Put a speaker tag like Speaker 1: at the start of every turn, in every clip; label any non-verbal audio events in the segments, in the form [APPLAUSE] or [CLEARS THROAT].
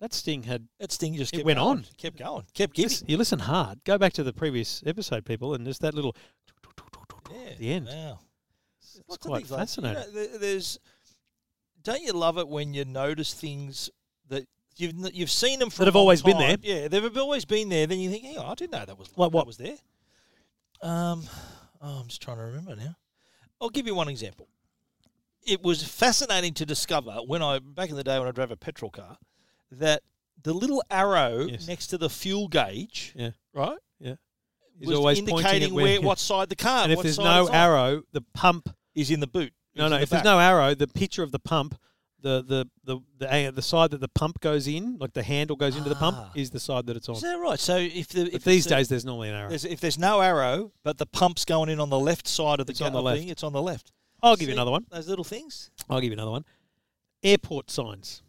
Speaker 1: that sting had.
Speaker 2: That sting just
Speaker 1: It
Speaker 2: kept
Speaker 1: went
Speaker 2: going,
Speaker 1: on.
Speaker 2: kept going, kept giving.
Speaker 1: You listen hard. Go back to the previous episode, people, and there's that little
Speaker 2: Yeah,
Speaker 1: at the end.
Speaker 2: Wow,
Speaker 1: It's
Speaker 2: Lots of
Speaker 1: quite
Speaker 2: things like- you know,
Speaker 1: fascinating.
Speaker 2: there- there's, don't you love it when you notice things that you've n- you've seen them from
Speaker 1: have
Speaker 2: a long
Speaker 1: always been
Speaker 2: time. Yeah, they've always been there. Then you think, hey, I didn't know that was
Speaker 1: Like what?
Speaker 2: that was there. Um, oh, I'm just trying to remember now. I'll give you one example. It was fascinating to discover when I back in the day when I drove a petrol car that the little arrow
Speaker 1: Yes.
Speaker 2: next to the fuel gauge,
Speaker 1: Yeah.
Speaker 2: right,
Speaker 1: Yeah. Is
Speaker 2: was
Speaker 1: always pointing at
Speaker 2: indicating
Speaker 1: where-
Speaker 2: where, what side the car.
Speaker 1: [LAUGHS] And if
Speaker 2: what
Speaker 1: there's
Speaker 2: side
Speaker 1: no
Speaker 2: it's on
Speaker 1: arrow, the pump.
Speaker 2: is in the boot.
Speaker 1: No,
Speaker 2: It's
Speaker 1: no.
Speaker 2: in the
Speaker 1: if there's
Speaker 2: back.
Speaker 1: no arrow, the picture of the pump, the the the the, a- the side that the pump goes in, like the handle goes into the
Speaker 2: Ah.
Speaker 1: pump, is the side that it's on.
Speaker 2: is that right? So if the
Speaker 1: But
Speaker 2: if
Speaker 1: these
Speaker 2: it's a-
Speaker 1: days, there's normally an arrow.
Speaker 2: there's, if there's no arrow, but the pump's going in on the left side of the
Speaker 1: It's on
Speaker 2: ga-
Speaker 1: the
Speaker 2: thing, it's on the left.
Speaker 1: I'll give you
Speaker 2: See,
Speaker 1: another one.
Speaker 2: Those little things,
Speaker 1: I'll give you another one. Airport signs.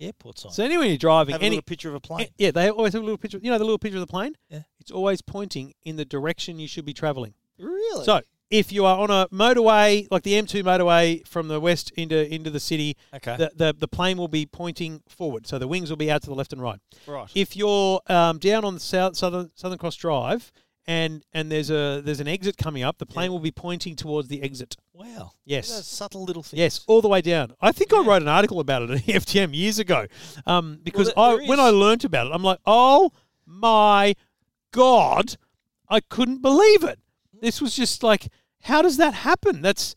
Speaker 2: airport sign.
Speaker 1: So anyway, when you're driving,
Speaker 2: Have a
Speaker 1: any
Speaker 2: little picture of a plane.
Speaker 1: Eh, Yeah, they always have a little picture. You know the little picture of the plane?
Speaker 2: Yeah.
Speaker 1: It's always pointing in the direction you should be travelling.
Speaker 2: really?
Speaker 1: So if you are on a motorway, like the M2 motorway from the west into into the city,
Speaker 2: okay,
Speaker 1: the, the, the plane will be pointing forward. So the wings will be out to the left and right.
Speaker 2: right.
Speaker 1: If you're um, down on the south, southern Southern Cross Drive and and there's a there's an exit coming up, the plane
Speaker 2: Yeah.
Speaker 1: will be pointing towards the exit.
Speaker 2: wow.
Speaker 1: Yes.
Speaker 2: Those subtle little things.
Speaker 1: Yes, all the way down. I think I
Speaker 2: Yeah.
Speaker 1: wrote an article about it at [LAUGHS] E EFTM years ago, um, because
Speaker 2: there- there
Speaker 1: I when I
Speaker 2: is-
Speaker 1: learnt about it, I'm like, oh my god, I couldn't believe it. This was just like, how does that happen? That's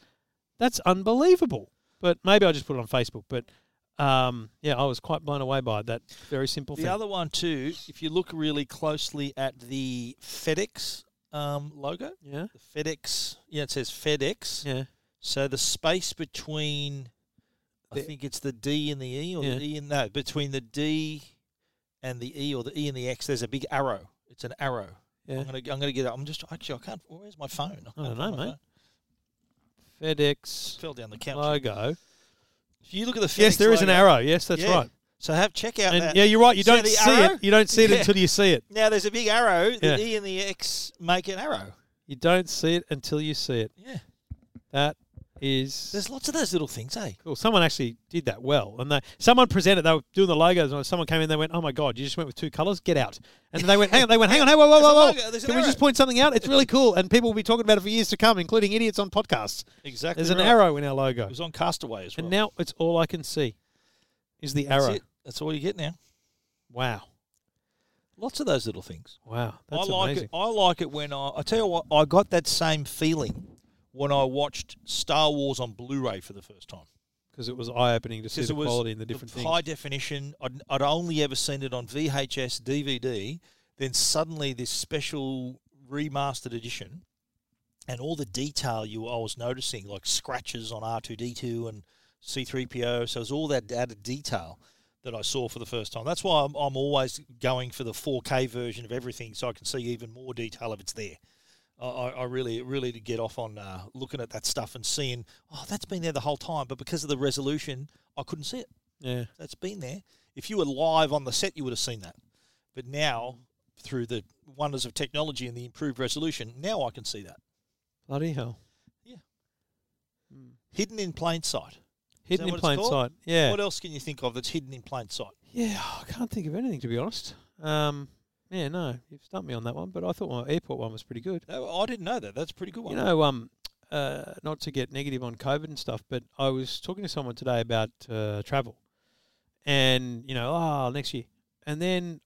Speaker 1: that's unbelievable. But maybe I just put it on Facebook. But um, yeah, I was quite blown away by that very simple
Speaker 2: The
Speaker 1: thing.
Speaker 2: other one too, if you look really closely at the FedEx um, logo,
Speaker 1: yeah,
Speaker 2: the FedEx, yeah, it says FedEx.
Speaker 1: yeah,
Speaker 2: So the space between, I
Speaker 1: The-
Speaker 2: think it's the D and the E, or
Speaker 1: Yeah.
Speaker 2: the E and no, between the D and the E, or the E and the X. There's a big arrow. It's an arrow.
Speaker 1: yeah.
Speaker 2: I'm gonna, I'm gonna get. it. I'm just actually, I can't. Where's my phone? can't
Speaker 1: I don't
Speaker 2: find
Speaker 1: know,
Speaker 2: my
Speaker 1: mate.
Speaker 2: phone.
Speaker 1: FedEx
Speaker 2: Fell down the couch.
Speaker 1: logo.
Speaker 2: if you look at the FedEx
Speaker 1: Yes, there is an
Speaker 2: logo-
Speaker 1: arrow. Yes, that's
Speaker 2: Yeah.
Speaker 1: right.
Speaker 2: So have check out
Speaker 1: And
Speaker 2: that.
Speaker 1: yeah, you're right. You
Speaker 2: See
Speaker 1: don't
Speaker 2: the
Speaker 1: see
Speaker 2: arrow?
Speaker 1: it. You don't see it
Speaker 2: Yeah.
Speaker 1: until you see it.
Speaker 2: Now there's a big arrow. The
Speaker 1: Yeah.
Speaker 2: E and the X make an arrow.
Speaker 1: You don't see it until you see it.
Speaker 2: Yeah.
Speaker 1: That is
Speaker 2: There's lots of those little things, eh?
Speaker 1: cool. Someone actually did that well, and they someone presented. They were doing the logos, and someone came in. They went, "Oh my god, you just went with two colors. Get out!" And then they went, "Hang on, they went, hang on, hey, whoa, whoa,
Speaker 2: There's a
Speaker 1: whoa, whoa.
Speaker 2: logo, there's an
Speaker 1: Can we just
Speaker 2: arrow."
Speaker 1: point something out? It's really cool, and people will be talking about it for years to come, including idiots on podcasts.
Speaker 2: Exactly.
Speaker 1: There's an arrow in our logo,
Speaker 2: It was on Castaway as well.
Speaker 1: and now it's all I can see is the
Speaker 2: That's
Speaker 1: arrow.
Speaker 2: it. That's all you get now.
Speaker 1: Wow,
Speaker 2: Lots of those little things.
Speaker 1: wow, that's
Speaker 2: I like
Speaker 1: amazing.
Speaker 2: it. I like it when uh, I. I tell you what, I got that same feeling when I watched Star Wars on Blu-ray for the first time
Speaker 1: Because it was eye opening to see
Speaker 2: because
Speaker 1: the
Speaker 2: it was
Speaker 1: quality and the different things.
Speaker 2: high definition. I'd, I'd only ever seen it on VHS, DVD. Then suddenly this special remastered edition, and all the detail you I was noticing, like scratches on R two D two and C three PO. So it was all that added detail that I saw for the first time. That's why I'm, I'm always going for the four K version of everything, so I can see even more detail if it's there. I- I, I really, really did get off on uh, looking at that stuff and seeing, oh, that's been there the whole time, but because of the resolution, I couldn't see it
Speaker 1: Yeah,
Speaker 2: that's been there. If you were live on the set, you would have seen that. But now, through the wonders of technology and the improved resolution, now I can see that.
Speaker 1: bloody hell,
Speaker 2: Hidden in plain sight.
Speaker 1: hidden
Speaker 2: that
Speaker 1: in
Speaker 2: what it's
Speaker 1: plain
Speaker 2: called?
Speaker 1: sight. Yeah,
Speaker 2: What else can you think of that's hidden in plain sight?
Speaker 1: Yeah, I can't think of anything to be honest. Um, yeah, no, you've stumped me on that one, but I thought my airport one was pretty good.
Speaker 2: No, I didn't know that. That's a pretty good one.
Speaker 1: You know, um, uh, not to get negative on COVID and stuff, but I was talking to someone today about uh, travel, and you know, oh, next year, and then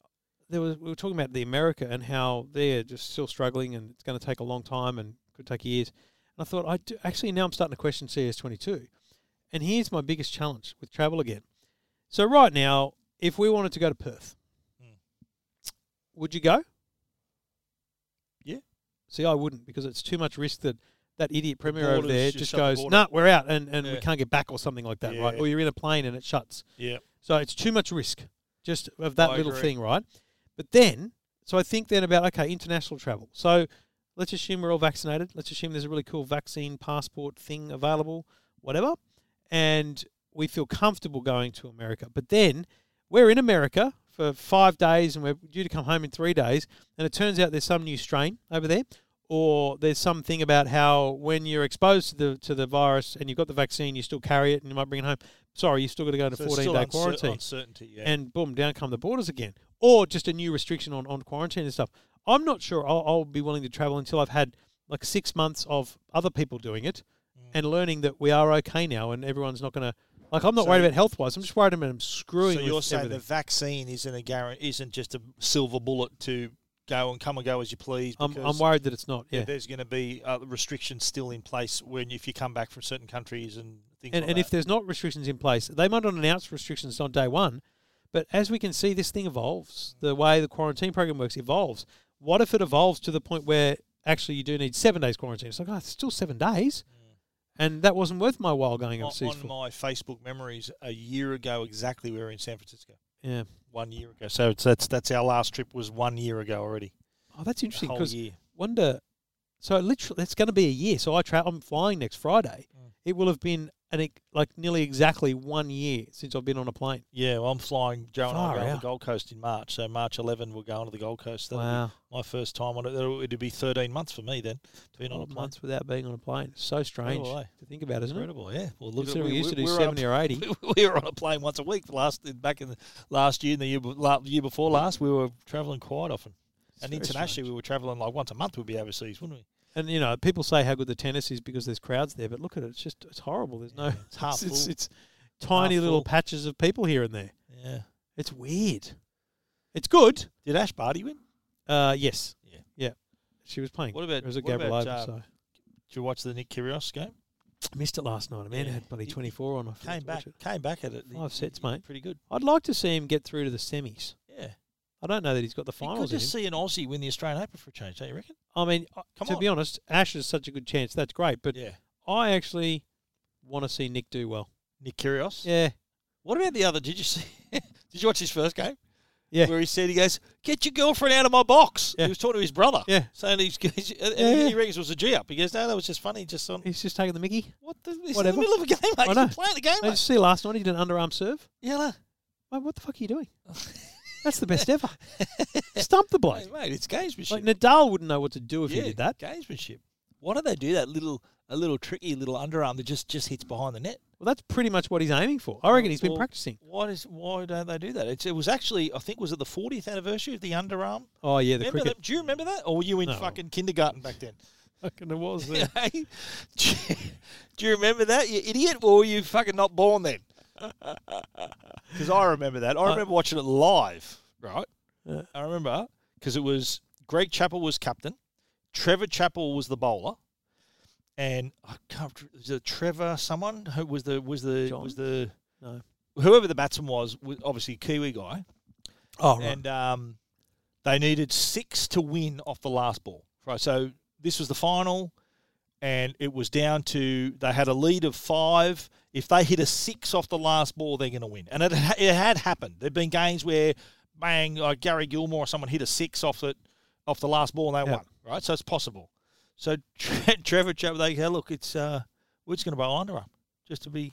Speaker 1: there was we were talking about the America and how they're just still struggling, and it's going to take a long time and could take years. And I thought, I do, actually now I'm starting to question CS22, and here's my biggest challenge with travel again. So right now, if we wanted to go to Perth,
Speaker 2: Mm.
Speaker 1: would you go?
Speaker 2: Yeah.
Speaker 1: See, I wouldn't because it's too much risk that that idiot premier over
Speaker 2: borders
Speaker 1: there
Speaker 2: just
Speaker 1: just
Speaker 2: shut the
Speaker 1: goes,
Speaker 2: border.
Speaker 1: "Nah, we're out," and, and we
Speaker 2: Yeah.
Speaker 1: can't get back or something like that, right?
Speaker 2: Yeah.
Speaker 1: Or you're in a plane and it shuts.
Speaker 2: yeah.
Speaker 1: So it's too much risk just of that
Speaker 2: I
Speaker 1: little
Speaker 2: agree.
Speaker 1: thing, right? But then, so I think then about, okay, international travel. So let's assume we're all vaccinated. Let's assume there's a really cool vaccine passport thing available, whatever. And we feel comfortable going to America. But then we're in America for five days and we're due to come home in three days. And it turns out there's some new strain over there. or there's something about how when you're exposed to the to the virus and you've got the vaccine, you still carry it and you might bring it home. Sorry, you still got to go into
Speaker 2: So it's
Speaker 1: 14
Speaker 2: still
Speaker 1: day
Speaker 2: uncer-
Speaker 1: quarantine,
Speaker 2: Uncertainty, yeah.
Speaker 1: and boom, down come the borders again, or just a new restriction on on quarantine and stuff. I'm not sure I'll, I'll be willing to travel until I've had like six months of other people doing it
Speaker 2: Mm.
Speaker 1: and learning that we are okay now and everyone's not going to like. I'm not
Speaker 2: So-
Speaker 1: worried about health wise. I'm just worried about them screwing
Speaker 2: so
Speaker 1: with
Speaker 2: you're saying
Speaker 1: everything.
Speaker 2: the vaccine isn't a guarantee, isn't just a silver bullet to go and come and go as you please.
Speaker 1: I'm, I'm
Speaker 2: because
Speaker 1: worried that it's not. Yeah.
Speaker 2: There's going to be uh, restrictions still in place when if you come back from certain countries and things
Speaker 1: and,
Speaker 2: like
Speaker 1: and
Speaker 2: that.
Speaker 1: if there's not restrictions in place, they might not announce restrictions on day one, but as we can see, this thing evolves. The way the quarantine program works evolves. What if it evolves to the point where actually you do need seven days quarantine? It's like, oh, it's still seven days, and that wasn't worth my while going
Speaker 2: Mm. on,
Speaker 1: overseas
Speaker 2: on
Speaker 1: for.
Speaker 2: my Facebook memories a year ago exactly we were in San Francisco.
Speaker 1: Yeah.
Speaker 2: One year ago. So it's, that's that's our last trip was one year ago already.
Speaker 1: Oh, that's
Speaker 2: A
Speaker 1: interesting
Speaker 2: whole
Speaker 1: because
Speaker 2: year.
Speaker 1: wonder. So literally, it's going to be a year. So I tra- I'm flying next Friday.
Speaker 2: Mm.
Speaker 1: It will have been an ex- like nearly exactly one year since I've been on a plane.
Speaker 2: Yeah, well, I'm flying. Joe and I
Speaker 1: Far
Speaker 2: are going to
Speaker 1: out.
Speaker 2: the Gold Coast in March. So March 11, we're going to the Gold Coast. That'll be my first time on it. That'll- It'd be 13 months for me then, being on a
Speaker 1: Twelve
Speaker 2: plane.
Speaker 1: months without being on a plane. So strange
Speaker 2: way.
Speaker 1: to think about, isn't it?
Speaker 2: Incredible, yeah. Well, look, at
Speaker 1: Considering we used to do
Speaker 2: were
Speaker 1: seventy
Speaker 2: on,
Speaker 1: or eighty.
Speaker 2: [LAUGHS] We were on a plane once a week last back in the, last year and the year, be- la- year before last. We were travelling quite often, and
Speaker 1: very
Speaker 2: internationally
Speaker 1: strange.
Speaker 2: we were travelling like once a month. We'd be overseas, wouldn't we?
Speaker 1: And you know, people say how good the tennis is because there's crowds there, but look at it; it's just it's horrible. There's no,
Speaker 2: Yeah, [LAUGHS] it's
Speaker 1: [LAUGHS]
Speaker 2: half
Speaker 1: it's, it's,
Speaker 2: full.
Speaker 1: it's tiny
Speaker 2: Half
Speaker 1: little
Speaker 2: full.
Speaker 1: patches of people here and there.
Speaker 2: Yeah.
Speaker 1: It's weird. It's good.
Speaker 2: Did Ash Barty win?
Speaker 1: Uh, yes.
Speaker 2: Yeah.
Speaker 1: Yeah. She was playing.
Speaker 2: What about-
Speaker 1: It was a
Speaker 2: what about,
Speaker 1: Gabriel
Speaker 2: uh,
Speaker 1: so
Speaker 2: Did you watch the Nick Kyrgios game?
Speaker 1: I missed it last night. I mean,
Speaker 2: yeah.
Speaker 1: had bloody
Speaker 2: He- he
Speaker 1: twenty four on. I forgot
Speaker 2: Came
Speaker 1: to watch
Speaker 2: back,
Speaker 1: it.
Speaker 2: came back at it. He-
Speaker 1: Five sets,
Speaker 2: he-
Speaker 1: mate.
Speaker 2: Pretty good.
Speaker 1: I'd like to see him get through to the semis.
Speaker 2: Yeah.
Speaker 1: I don't know that he's got the
Speaker 2: You could
Speaker 1: finals. In him.
Speaker 2: just see an Aussie win the Australian Open for a change, don't you reckon? Oh,
Speaker 1: I mean, uh,
Speaker 2: Come
Speaker 1: to
Speaker 2: on.
Speaker 1: be honest, Ash is such a good chance. That's great, but
Speaker 2: yeah.
Speaker 1: I actually want to see Nick do well.
Speaker 2: Nick Kyrgios.
Speaker 1: Yeah.
Speaker 2: What about the other? Did you see? [LAUGHS] did you watch his first game?
Speaker 1: Yeah.
Speaker 2: Where he said, he goes, "Get your girlfriend out of my box."
Speaker 1: Yeah.
Speaker 2: He was talking to his brother.
Speaker 1: Yeah.
Speaker 2: Saying he's, [LAUGHS] he's and
Speaker 1: Yeah,
Speaker 2: he
Speaker 1: yeah.
Speaker 2: reckons it was a G up. He goes, "No, that was just funny." Just on
Speaker 1: He's just taking the Mickey.
Speaker 2: what the he's
Speaker 1: Whatever.
Speaker 2: in the middle of a game, mate.
Speaker 1: I
Speaker 2: He's
Speaker 1: know.
Speaker 2: playing the game,
Speaker 1: Did you
Speaker 2: mate.
Speaker 1: see last night he did an underarm serve?
Speaker 2: Yeah, no.
Speaker 1: Mate, what the fuck are you
Speaker 2: [LAUGHS]
Speaker 1: doing? That's the best ever. Stump the bloke.
Speaker 2: Mate, mate, it's gamesmanship.
Speaker 1: Like Nadal wouldn't know what to do if
Speaker 2: yeah,
Speaker 1: he did that.
Speaker 2: gamesmanship. Why do they do that little a little tricky little underarm that just just hits behind the net?
Speaker 1: Well, that's pretty much what he's aiming for. I reckon he's been
Speaker 2: Well,
Speaker 1: practicing.
Speaker 2: Why does why don't they do that? It's, it was actually I think was it the 40th anniversary of the underarm.
Speaker 1: Oh yeah, the
Speaker 2: remember
Speaker 1: cricket.
Speaker 2: that? Do you remember that, or were you in
Speaker 1: No.
Speaker 2: fucking kindergarten back then?
Speaker 1: Fucking it was.
Speaker 2: [LAUGHS] Hey, do, you, do you remember that, you idiot? Or were you fucking not born [LAUGHS] then? Because I remember that. I remember watching it live, right?
Speaker 1: Yeah.
Speaker 2: I remember because it was Greg Chappell was captain, Trevor Chappell was the bowler, and I can't. Was it Trevor someone who was the was the
Speaker 1: John?
Speaker 2: was the
Speaker 1: No.
Speaker 2: whoever the batsman was was obviously Kiwi guy,
Speaker 1: [LAUGHS] Oh right.
Speaker 2: and um, they needed six to win off the last ball. Right, so this was the final, and it was down to they had a lead of five. If they hit a six off the last ball, they're going to win. And it ha- it had happened. There'd been games where, bang, like Gary Gilmore or someone hit a six off the off the last ball and they
Speaker 1: Yeah.
Speaker 2: won. Right, so it's possible. So [LAUGHS] Tre- Trevor Chapman, they go, look, it's uh, we're just going to bowl under him just to be.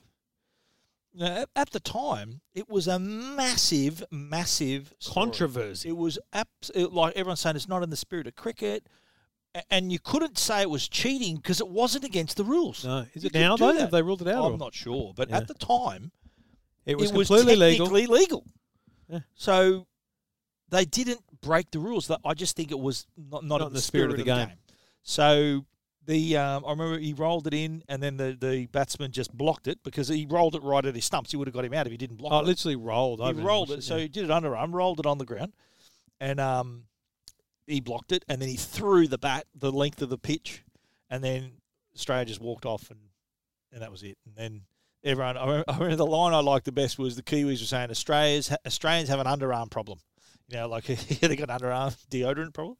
Speaker 2: Now, at- at the time, it was a massive, massive story.
Speaker 1: Controversy.
Speaker 2: It was abs- it- like everyone's saying it's not in the spirit of cricket, A- and you couldn't say it was cheating because it wasn't against the rules.
Speaker 1: No. Is
Speaker 2: You
Speaker 1: it
Speaker 2: could
Speaker 1: now
Speaker 2: do
Speaker 1: though?
Speaker 2: that.
Speaker 1: Have they ruled it out?
Speaker 2: I'm
Speaker 1: or-
Speaker 2: not sure, but
Speaker 1: Yeah.
Speaker 2: at the time,
Speaker 1: It was
Speaker 2: it was
Speaker 1: completely legal.
Speaker 2: technically legal.
Speaker 1: Yeah.
Speaker 2: So they didn't break the rules. That I just think it was not, not, in the, spirit, of the game. So the um, I remember he rolled it in, and then the, the batsman just blocked it because he rolled it right at his stumps. He would have got him out if he didn't block
Speaker 1: Oh,
Speaker 2: it.
Speaker 1: it literally rolled. I
Speaker 2: He
Speaker 1: haven't
Speaker 2: rolled
Speaker 1: watched
Speaker 2: it, so
Speaker 1: yeah.
Speaker 2: he did it underarm, rolled it on the ground, and um, he blocked it, and then he threw the bat the length of the pitch, and then Australia just walked off, and and that was it. And then everyone, I remember, [LAUGHS] I remember the line I liked the best was the Kiwis were saying Australians ha- Australians have an underarm problem, you know, like [LAUGHS] they got an underarm [LAUGHS] deodorant problem.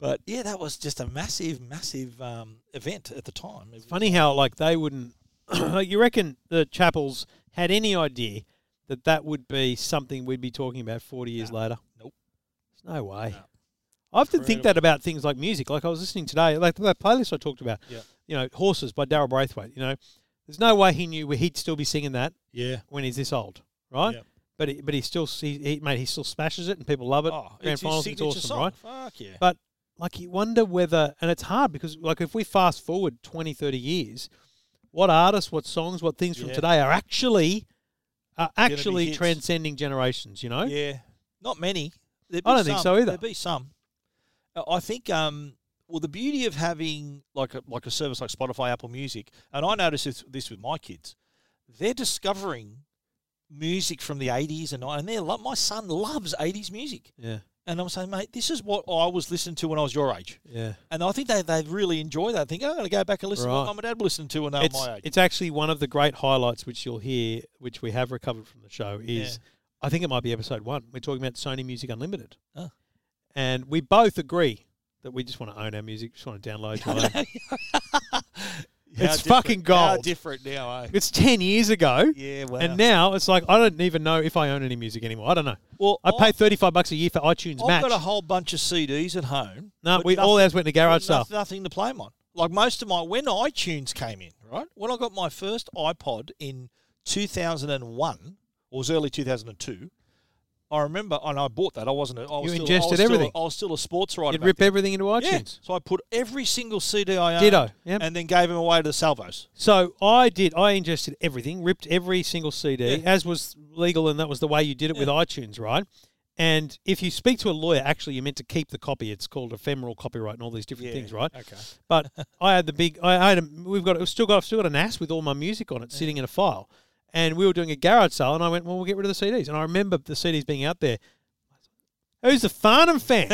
Speaker 2: But yeah, that was just a massive, massive um, event at the time. It was-
Speaker 1: Funny how like they wouldn't. [CLEARS THROAT] like you reckon the Chapels had any idea that that would be something we'd be talking about forty years later?
Speaker 2: Nope.
Speaker 1: There's no way.
Speaker 2: No.
Speaker 1: I often think that about things like music. Like I was listening today, like that playlist I talked about.
Speaker 2: Yeah.
Speaker 1: You know, horses by Daryl Braithwaite. You know, there's no way he knew he'd still be singing that
Speaker 2: Yeah,
Speaker 1: when he's this old, right?
Speaker 2: Yeah.
Speaker 1: But he, but he still he, he mate he still smashes it and people love it.
Speaker 2: oh,
Speaker 1: Grand
Speaker 2: it's his
Speaker 1: finals, it's
Speaker 2: signature
Speaker 1: awesome,
Speaker 2: song.
Speaker 1: right?
Speaker 2: Fuck yeah.
Speaker 1: But Like you wonder whether, and it's hard because like if we fast forward 20, 30 years, what artists, what songs, what things from
Speaker 2: Yeah.
Speaker 1: today are actually are
Speaker 2: be
Speaker 1: actually
Speaker 2: hits.
Speaker 1: transcending generations. You know,
Speaker 2: Yeah, not many. There'd
Speaker 1: I
Speaker 2: be
Speaker 1: don't think
Speaker 2: some.
Speaker 1: so either.
Speaker 2: There'd be some. Uh, I think. Um, well, the beauty of having like a, like a service like Spotify, Apple Music, and I notice this, this with my kids, they're discovering music from the eighties and I- and they're lo- my son loves eighties music,
Speaker 1: yeah,
Speaker 2: and I'm saying, mate, this is what I was listening to when I was your age,
Speaker 1: yeah.
Speaker 2: and I think they they really enjoy that. I think oh, I'm going to go back and listen to what
Speaker 1: Right.
Speaker 2: mum and dad were listening to when they were
Speaker 1: it's
Speaker 2: my age.
Speaker 1: it's actually one of the great highlights which you'll hear, which we have recovered from the show. Is I think it might be episode one. We're talking about Sony Music Unlimited,
Speaker 2: Oh.
Speaker 1: and we both agree that we just want to own our music, just want to download. Our own. [LAUGHS]
Speaker 2: How
Speaker 1: it's fucking
Speaker 2: How
Speaker 1: gold.
Speaker 2: different now, eh?
Speaker 1: It's ten years ago,
Speaker 2: Yeah, wow.
Speaker 1: and now it's like I don't even know if I own any music anymore. I don't know.
Speaker 2: well,
Speaker 1: I
Speaker 2: I-
Speaker 1: pay thirty five bucks a year for iTunes
Speaker 2: I've
Speaker 1: Match.
Speaker 2: got a whole bunch of CDs at home.
Speaker 1: no,
Speaker 2: but
Speaker 1: we all ours went to garage
Speaker 2: noth-
Speaker 1: stuff.
Speaker 2: Nothing to play 'em on. Like most of my when iTunes came in, right? When I got my first iPod in 2001, or it was early 2002. I remember, and I bought that. I wasn't. A, I was
Speaker 1: You
Speaker 2: still, I
Speaker 1: ingested
Speaker 2: was still a-
Speaker 1: everything.
Speaker 2: I was still a sports writer.
Speaker 1: You'd
Speaker 2: back
Speaker 1: rip
Speaker 2: then.
Speaker 1: everything into
Speaker 2: Yeah.
Speaker 1: iTunes.
Speaker 2: So I put every single CD I owned,
Speaker 1: Ditto, yep.
Speaker 2: and then gave them away to the salvos.
Speaker 1: So I did. I ingested everything, ripped every single CD,
Speaker 2: Yeah.
Speaker 1: as was legal, and that was the way you did it with iTunes, right? And if you speak to a lawyer, actually, you're meant to keep the copy. It's called ephemeral copyright and all these different
Speaker 2: Yeah,
Speaker 1: things, right?
Speaker 2: okay. [LAUGHS]
Speaker 1: But I had the big. I had. A, we've got. We've still got. I've still got a NAS with all my music on it, sitting in a file. And we were doing a garage sale, and I went, "Well, we'll get rid of the CDs." And I remember the CDs being out there. Who's a Farnham
Speaker 2: [LAUGHS]
Speaker 1: fan?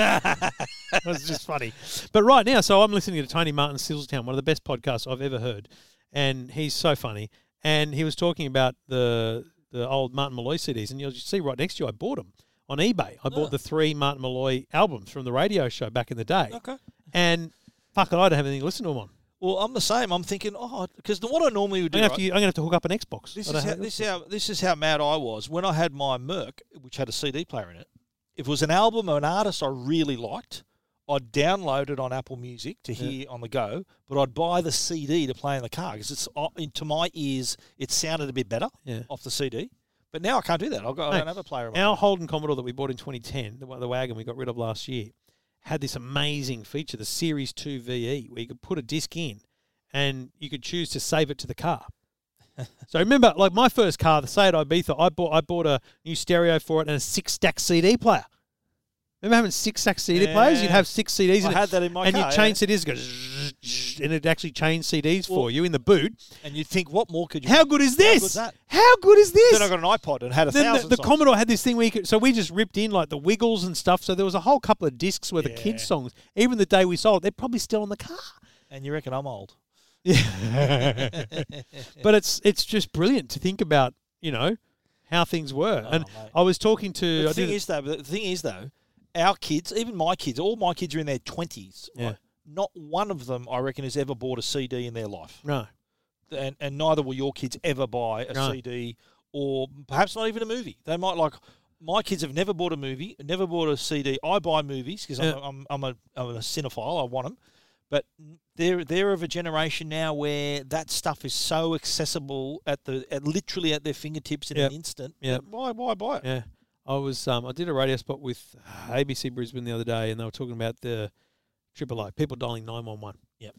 Speaker 1: It was just funny. But right now, so I'm listening to Tony Martin Sizzletown, one of the best podcasts I've ever heard, and he's so funny. And he was talking about the the old Martin Malloy CDs, and you'll just see right next to you, I bought them on eBay. I
Speaker 2: Ah.
Speaker 1: bought the three Martin Malloy albums from the radio show back in the day,
Speaker 2: Okay.
Speaker 1: and fuck it, I don't have anything to listen to them on.
Speaker 2: Well, I'm the same. I'm thinking, oh, because what I normally would
Speaker 1: I'm gonna,
Speaker 2: do.
Speaker 1: have
Speaker 2: right?
Speaker 1: to, I'm gonna have to hook up an Xbox.
Speaker 2: This
Speaker 1: I don't
Speaker 2: is, how,
Speaker 1: have-
Speaker 2: this, how, this is how mad I was. When I had my Merc, which had a CD player in it, if it was an album or an artist I really liked, I'd download it on Apple Music to hear on the go, but I'd buy the CD to play in the car because it's uh, in- to my ears, it sounded a bit better
Speaker 1: Yeah.
Speaker 2: off the CD. But now I can't do that. I've got, I
Speaker 1: Mate,
Speaker 2: don't have a player. in my-
Speaker 1: Our Holden Commodore that we bought in 2010, the, wa- the wagon we got rid of last year, had this amazing feature, the Series 2 VE, where you could put a disc in and you could choose to save it to the
Speaker 2: [LAUGHS]
Speaker 1: car. so remember, like my first car, the Seat Ibiza, I bought I bought a new stereo for it and a six stack CD player. Remember having six stack CD players? You'd
Speaker 2: Yeah.
Speaker 1: have six CDs, in
Speaker 2: I
Speaker 1: it,
Speaker 2: had that in my
Speaker 1: and
Speaker 2: car.
Speaker 1: you
Speaker 2: yeah.
Speaker 1: change CDs, it goes zzz, zzz, and it actually changed CDs for you in the boot.
Speaker 2: and you'd think, what more could you
Speaker 1: How good is this?
Speaker 2: good's that?
Speaker 1: How good is this?
Speaker 2: Then I got an iPod and had a
Speaker 1: then the,
Speaker 2: thousand
Speaker 1: the
Speaker 2: songs.
Speaker 1: Commodore had this thing where you could, so we just ripped in like the Wiggles and stuff. So there was a whole couple of discs worth of kids'
Speaker 2: Yeah.
Speaker 1: songs. Even the day we sold, it, they're probably still in the car.
Speaker 2: and you reckon I'm old.
Speaker 1: Yeah, [LAUGHS] but it's it's just brilliant to think about, you know, how things were. and
Speaker 2: Oh, mate.
Speaker 1: I was talking to,
Speaker 2: The
Speaker 1: I
Speaker 2: thing
Speaker 1: did,
Speaker 2: is, though, the thing is, though, our kids, even my kids, all my kids are in their twenties.
Speaker 1: Yeah.
Speaker 2: Right? Not one of them, I reckon, has ever bought a CD in their life,
Speaker 1: no,
Speaker 2: and and neither will your kids ever buy a
Speaker 1: No.
Speaker 2: CD or perhaps not even a movie. They might like. My kids have never bought a movie, never bought a CD. I buy movies because
Speaker 1: Yeah.
Speaker 2: I'm, I'm, I'm, a, I'm a cinephile. I want them, but they're they're of a generation now where that stuff is so accessible at the at literally at their fingertips in
Speaker 1: Yep.
Speaker 2: an instant.
Speaker 1: Yep.
Speaker 2: that Why why buy it?
Speaker 1: yeah. I was, um, I did a radio spot with uh, ABC Brisbane the other day, and they were talking about the triple O people dialing nine one one.
Speaker 2: Yep.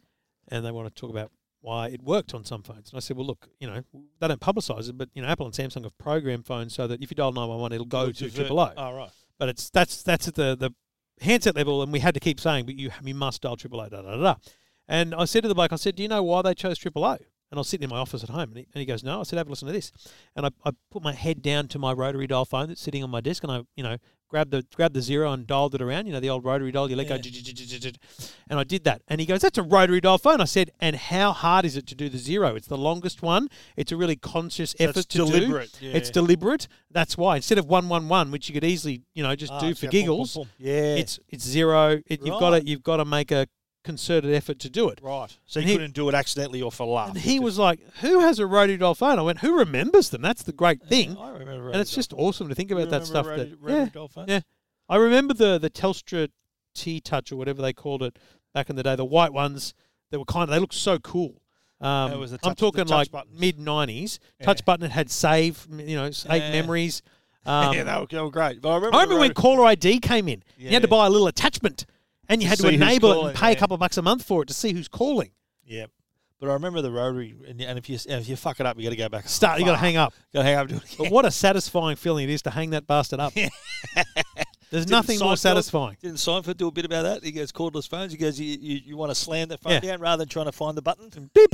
Speaker 1: and they want to talk about why it worked on some phones. And I said, well, look, you know, they don't publicise it, but you know, Apple and Samsung have programmed phones so that if you dial nine one one, it'll go
Speaker 2: Or
Speaker 1: to
Speaker 2: divert-
Speaker 1: triple O.
Speaker 2: Oh right.
Speaker 1: But it's that's that's at the the handset level, and we had to keep saying, but you you must dial triple O. Da da da. da. And I said to the bloke, I said, do you know why they chose triple O? And I was sitting in my office at home, and he, and he goes, no. I said, have a listen to this. And I, I put my head down to my rotary dial phone that's sitting on my desk, and I you know grabbed the grabbed the zero and dialed it around. You know the old rotary dial, you let go,
Speaker 2: Yeah.
Speaker 1: j-j-j-j-j-j. and I did that. And he goes, that's a rotary dial phone. I said, and how hard is it to do the zero? It's the longest one. It's a really conscious effort
Speaker 2: it's
Speaker 1: to do.
Speaker 2: deliberate, yeah.
Speaker 1: It's deliberate. That's why instead of one one one, which you could easily you know just
Speaker 2: Ah,
Speaker 1: do
Speaker 2: it's
Speaker 1: for
Speaker 2: got boom, boom,
Speaker 1: giggles,
Speaker 2: boom. Yeah,
Speaker 1: it's it's zero. It, You've got to
Speaker 2: Right.
Speaker 1: you've got to make a concerted effort to do it.
Speaker 2: right. So you
Speaker 1: and he-
Speaker 2: couldn't do it accidentally or for laugh.
Speaker 1: And he was like, "Who has a rotary dial phone?" I went, "Who remembers them? That's the great thing."
Speaker 2: I remember,
Speaker 1: and it's just awesome to think about that stuff. that yeah,
Speaker 2: Dolphin?
Speaker 1: yeah. I remember the the Telstra T Touch or whatever they called it back in the day. The white ones that were kind of they looked so cool. Um,
Speaker 2: It was the
Speaker 1: I'm
Speaker 2: touch- the
Speaker 1: talking
Speaker 2: touch
Speaker 1: like
Speaker 2: buttons.
Speaker 1: mid '90s.
Speaker 2: Yeah.
Speaker 1: Touch button. It had save. You know, save
Speaker 2: Yeah. [LAUGHS]
Speaker 1: memories. Um,
Speaker 2: yeah, they were, they were great. But I remember,
Speaker 1: I remember
Speaker 2: the
Speaker 1: when
Speaker 2: rotary-
Speaker 1: caller ID came in. You had to
Speaker 2: Yeah.
Speaker 1: buy a little attachment, And you
Speaker 2: To
Speaker 1: had to
Speaker 2: see who's
Speaker 1: enable it
Speaker 2: calling,
Speaker 1: and pay a
Speaker 2: yeah.
Speaker 1: couple of bucks a month for it to see who's calling.
Speaker 2: Yeah. But I remember the rotary, and, and if you and if you fuck it up, you got to go back. and
Speaker 1: Start. You got to
Speaker 2: fuck.
Speaker 1: hang up.
Speaker 2: Gotta hang up. and do it
Speaker 1: But
Speaker 2: again.
Speaker 1: what a satisfying feeling it is to hang that bastard up. [LAUGHS] There's nothing more
Speaker 2: Seinfeld-
Speaker 1: satisfying.
Speaker 2: [LAUGHS] Didn't Seinfeld do a bit about that? He goes cordless phones. He goes, you, you, you want to slam the phone
Speaker 1: Yeah.
Speaker 2: down rather than trying to find the button.
Speaker 1: Beep.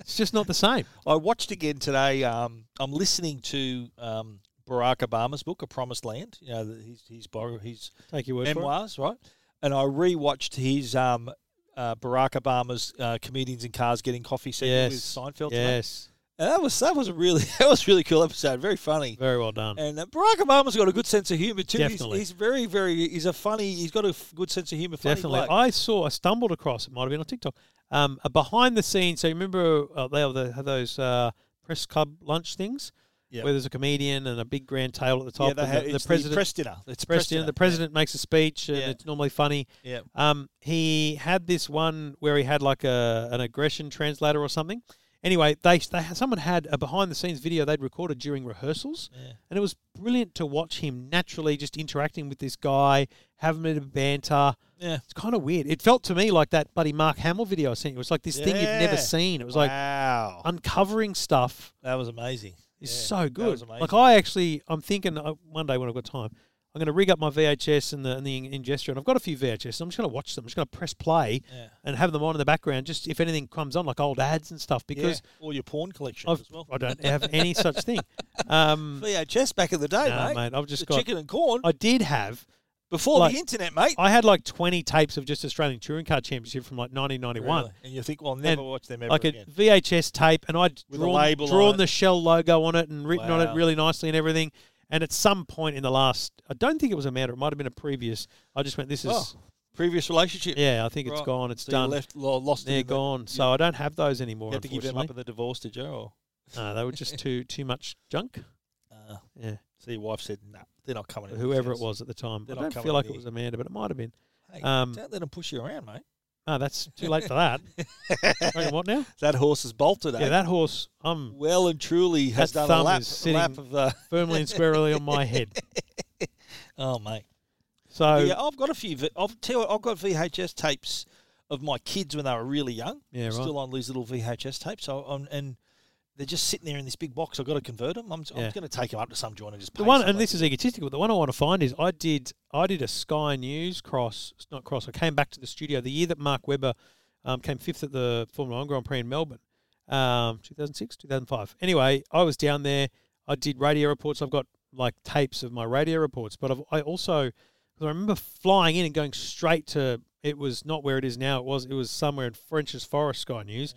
Speaker 1: it's just not the same.
Speaker 2: [LAUGHS] I watched again today. Um, I'm listening to um, Barack Obama's book, A Promised Land. You know, the- his his, bio, his
Speaker 1: Take your word for
Speaker 2: memoirs, right? And I rewatched his um, uh, Barack Obama's uh, comedians in cars getting coffee segment
Speaker 1: Yes.
Speaker 2: with Seinfeld.
Speaker 1: it.
Speaker 2: today.
Speaker 1: Yes.
Speaker 2: And that was that was a really [LAUGHS] that was a really cool episode. Very funny.
Speaker 1: Very well done.
Speaker 2: And uh, Barack Obama's got a good sense of humor too. He's,
Speaker 1: Definitely.
Speaker 2: he's very, very. He's a funny. He's got a f- good sense of humor. Funny
Speaker 1: Definitely.
Speaker 2: bloke.
Speaker 1: I saw, I stumbled across, it might have been on TikTok, um, a behind the scenes. So you remember uh, they have the- have those uh, press club lunch things
Speaker 2: Yep.
Speaker 1: where there's a comedian and a big grand table at the top.
Speaker 2: yeah, they
Speaker 1: and
Speaker 2: had,
Speaker 1: the,
Speaker 2: it's
Speaker 1: the president,
Speaker 2: press dinner. It's
Speaker 1: press dinner, the president makes a speech and
Speaker 2: Yeah.
Speaker 1: it's normally funny.
Speaker 2: Yeah.
Speaker 1: Um, he had this one where he had like a an aggression translator or something. Anyway, they, they someone had a behind the scenes video they'd recorded during rehearsals,
Speaker 2: Yeah.
Speaker 1: and it was brilliant to watch him naturally just interacting with this guy, having a bit of banter.
Speaker 2: Yeah.
Speaker 1: It's kind of weird. It felt to me like that buddy Mark Hamill video I sent you. It was like this thing you've
Speaker 2: Yeah.
Speaker 1: never seen. It was like
Speaker 2: wow,
Speaker 1: uncovering stuff
Speaker 2: that was amazing.
Speaker 1: is
Speaker 2: Yeah,
Speaker 1: so good.
Speaker 2: was
Speaker 1: Like I actually, I'm thinking uh, one day when I've got time, I'm going to rig up my VHS and the and the in- ingester, and I've got a few VHS. I'm just going to watch them. I'm just going to press play
Speaker 2: Yeah.
Speaker 1: and have them on in the background, just if anything comes on, like old ads and stuff, because
Speaker 2: yeah. all your porn collection
Speaker 1: I've,
Speaker 2: as well.
Speaker 1: I don't
Speaker 2: [LAUGHS]
Speaker 1: have any such thing. Um,
Speaker 2: VHS back in the day,
Speaker 1: nah,
Speaker 2: mate.
Speaker 1: mate, I've just
Speaker 2: the
Speaker 1: got.
Speaker 2: chicken and corn
Speaker 1: I did have.
Speaker 2: before
Speaker 1: like-
Speaker 2: the internet, mate.
Speaker 1: I had like 20 tapes of just Australian touring car championship from like 1991.
Speaker 2: Really. and you think, well, I'll never watch them ever
Speaker 1: like a
Speaker 2: again.
Speaker 1: VHS tape, and I'd
Speaker 2: With a
Speaker 1: drawn,
Speaker 2: label on
Speaker 1: drawn
Speaker 2: it.
Speaker 1: the Shell logo on it and written on
Speaker 2: Wow.
Speaker 1: it really nicely and everything. And at some point in the last, I don't think it was a matter. It might have been a previous. I just went, "This is,
Speaker 2: Oh, previous relationship.
Speaker 1: yeah, I think it's
Speaker 2: Right.
Speaker 1: gone. It's
Speaker 2: so
Speaker 1: done.
Speaker 2: You left, lo- lost. it
Speaker 1: They're
Speaker 2: in the-
Speaker 1: gone." So I don't have those anymore.
Speaker 2: You had to give them
Speaker 1: Unfortunately,
Speaker 2: up in the divorce, did you? Or,
Speaker 1: no, they were just
Speaker 2: [LAUGHS]
Speaker 1: too too much junk.
Speaker 2: uh,
Speaker 1: Yeah,
Speaker 2: so your wife said, "No, they're not coming." in this
Speaker 1: whoever it
Speaker 2: house."
Speaker 1: was at the time.
Speaker 2: They're
Speaker 1: I
Speaker 2: not
Speaker 1: don't
Speaker 2: coming
Speaker 1: feel like
Speaker 2: here.
Speaker 1: it was Amanda, but it might have been.
Speaker 2: Hey,
Speaker 1: Um,
Speaker 2: don't let them push you around, mate.
Speaker 1: No, that's too late for
Speaker 2: [LAUGHS]
Speaker 1: that. Reckon what now?
Speaker 2: That horse is bolted.
Speaker 1: Yeah,
Speaker 2: Yeah,
Speaker 1: that horse. I'm
Speaker 2: well and truly has
Speaker 1: That
Speaker 2: done a
Speaker 1: thumb
Speaker 2: lap,
Speaker 1: is
Speaker 2: a lap
Speaker 1: sitting-
Speaker 2: of. Uh, [LAUGHS]
Speaker 1: firmly and squarely on my head.
Speaker 2: oh, mate.
Speaker 1: So
Speaker 2: yeah, I've got a few. V- I've tell you, what, I've got VHS tapes of my kids when they were really young.
Speaker 1: Yeah, right.
Speaker 2: Still on these little VHS tapes. So i and they're just sitting there in this big box. I've got to convert them. I'm, I'm
Speaker 1: Yeah.
Speaker 2: just going to take them up to some joint and just pay
Speaker 1: The one,
Speaker 2: someone.
Speaker 1: and this is egotistical. but The one I want to find is I did I did a Sky News cross, it's not cross. I came back to the studio the year that Mark Webber um, came fifth at the Formula One Grand Prix in Melbourne, um, 2006, 2005. Anyway, I was down there. I did radio reports. I've got like tapes of my radio reports, but I've, I also 'cause I remember flying in and going straight to it was not where it is now. It was it was somewhere in French's Forest Sky News.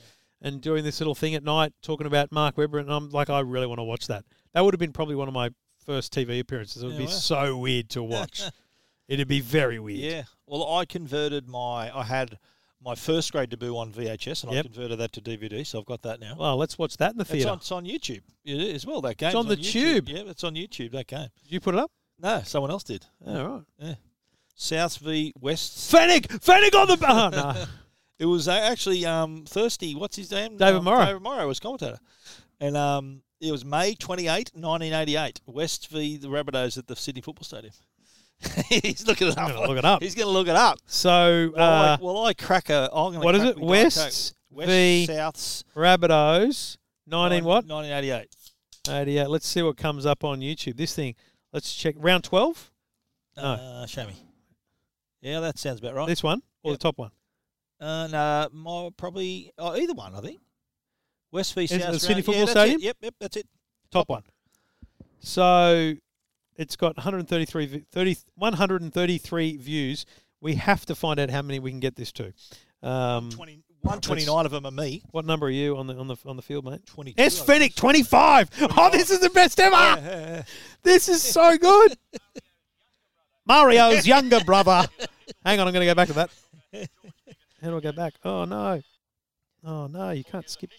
Speaker 1: And doing this little thing at night, talking about Mark Webber, and I'm like, I really want to watch that. That would have been probably one of my first TV appearances. It would
Speaker 2: Yeah,
Speaker 1: be
Speaker 2: wow.
Speaker 1: so weird to
Speaker 2: [LAUGHS]
Speaker 1: watch. It'd be very weird.
Speaker 2: Yeah. Well, I converted my. I had my first grade debut on VHS, and
Speaker 1: Yep.
Speaker 2: I converted that to DVD. So I've got that now.
Speaker 1: Well, let's watch that in the
Speaker 2: it's,
Speaker 1: theater.
Speaker 2: on, it's on YouTube it is as well. That game.
Speaker 1: on the tube.
Speaker 2: Yeah, it's on YouTube. That game.
Speaker 1: Did you put it up?
Speaker 2: No, someone else did.
Speaker 1: All right.
Speaker 2: South v West.
Speaker 1: Fennec, Fennec on the oh,
Speaker 2: [LAUGHS]
Speaker 1: no.
Speaker 2: It was uh, actually um, Thirsty. What's his name?
Speaker 1: David
Speaker 2: Um,
Speaker 1: Morrow.
Speaker 2: David Morrow was commentator, and um, it was May 28, nineteen eighty eight. West v the Rabbitohs at the Sydney Football Stadium. [LAUGHS] He's looking it
Speaker 1: I'm gonna
Speaker 2: up.
Speaker 1: look it up.
Speaker 2: He's going to look it up.
Speaker 1: So
Speaker 2: Well,
Speaker 1: uh,
Speaker 2: I, well, I crack a. I'm gonna
Speaker 1: what is
Speaker 2: crack
Speaker 1: it?
Speaker 2: me Diet Coke.
Speaker 1: Wests
Speaker 2: West
Speaker 1: v-
Speaker 2: Souths.
Speaker 1: Rabbitohs, nineteen what?
Speaker 2: Nineteen eighty eight.
Speaker 1: Eighty eight. Let's see what comes up on YouTube. This thing. Let's check round twelve. No.
Speaker 2: Uh, show me. Yeah, that sounds about right.
Speaker 1: This one or
Speaker 2: Yep.
Speaker 1: the top one?
Speaker 2: Uh, no, my, probably oh, either one. I think. West v
Speaker 1: it
Speaker 2: South.
Speaker 1: the Sydney
Speaker 2: round- yeah,
Speaker 1: Football
Speaker 2: that's it.
Speaker 1: Stadium? Mm.
Speaker 2: Yep, yep, that's it.
Speaker 1: Top one. So it's got 133, vi- 30, 133 views. We have to find out how many we can get this to. Um,
Speaker 2: 20, 129 of them are me.
Speaker 1: what number are you on the on the on the field, mate?
Speaker 2: 22.
Speaker 1: S
Speaker 2: I
Speaker 1: Fennec, 25. Oh, this is the best ever.
Speaker 2: guess.
Speaker 1: This is so good. [LAUGHS] Mario's younger brother. Hang on, I'm going to go back to that. How do I go back? Oh, no. Oh, no, you can't skip.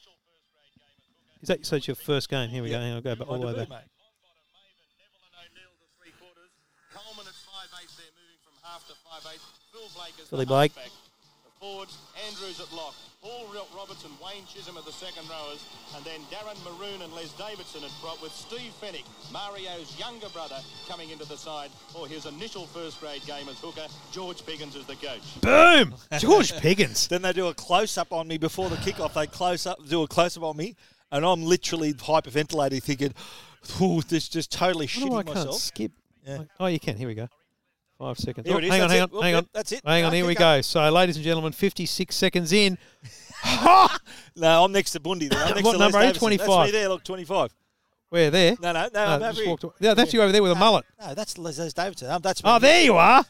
Speaker 1: Is that so? It's your first game. Here we go. Hang on, I'll go back, all the way back.
Speaker 3: Longbottom, Maven, Neville and O'Neill to three quarters. Coleman at 5'8", they're moving from half to 5'8". Phil Blake is
Speaker 1: Philly
Speaker 3: the
Speaker 1: Blake.
Speaker 3: halfback. The forward, Andrews at lock, Paul Ro- Robertson, Wayne Chisholm at the second rowers, and then Darren Maroon and Les Davidson at prop with Steve Fennick, Mario's younger brother, coming into the side for his initial first grade game as hooker. George Piggins is the coach.
Speaker 1: Boom! George [LAUGHS] Piggins.
Speaker 2: Then they do a close up on me before the kickoff. They close up, do a close up on me, and I'm literally hyperventilating, thinking, "Ooh, this just totally
Speaker 1: I don't know why I
Speaker 2: shitting
Speaker 1: can't
Speaker 2: myself."
Speaker 1: skip.
Speaker 2: Yeah.
Speaker 1: Like- Oh, you can. Here we go. Five seconds.
Speaker 2: Here
Speaker 1: Oh,
Speaker 2: it is.
Speaker 1: Hang on,
Speaker 2: That's
Speaker 1: hang
Speaker 2: it.
Speaker 1: on,
Speaker 2: Well,
Speaker 1: hang
Speaker 2: yeah,
Speaker 1: on.
Speaker 2: that's it.
Speaker 1: Hang
Speaker 2: No,
Speaker 1: on. Here we
Speaker 2: kick up.
Speaker 1: go. So, ladies and gentlemen, 56 seconds in.
Speaker 2: No, I'm next to
Speaker 1: [LAUGHS]
Speaker 2: Bundy. Then. I'm next
Speaker 1: What
Speaker 2: to
Speaker 1: number?
Speaker 2: Les
Speaker 1: Eight,
Speaker 2: Davidson. That's
Speaker 1: 25.
Speaker 2: me there. Look, 25.
Speaker 1: We're there.
Speaker 2: No, no, no.
Speaker 1: No,
Speaker 2: I'm
Speaker 1: just
Speaker 2: over here.
Speaker 1: walked away. Yeah, that's you over there with a mullet.
Speaker 2: No, that's Les Les Davidson. Um, that's me.
Speaker 1: Oh, there you are.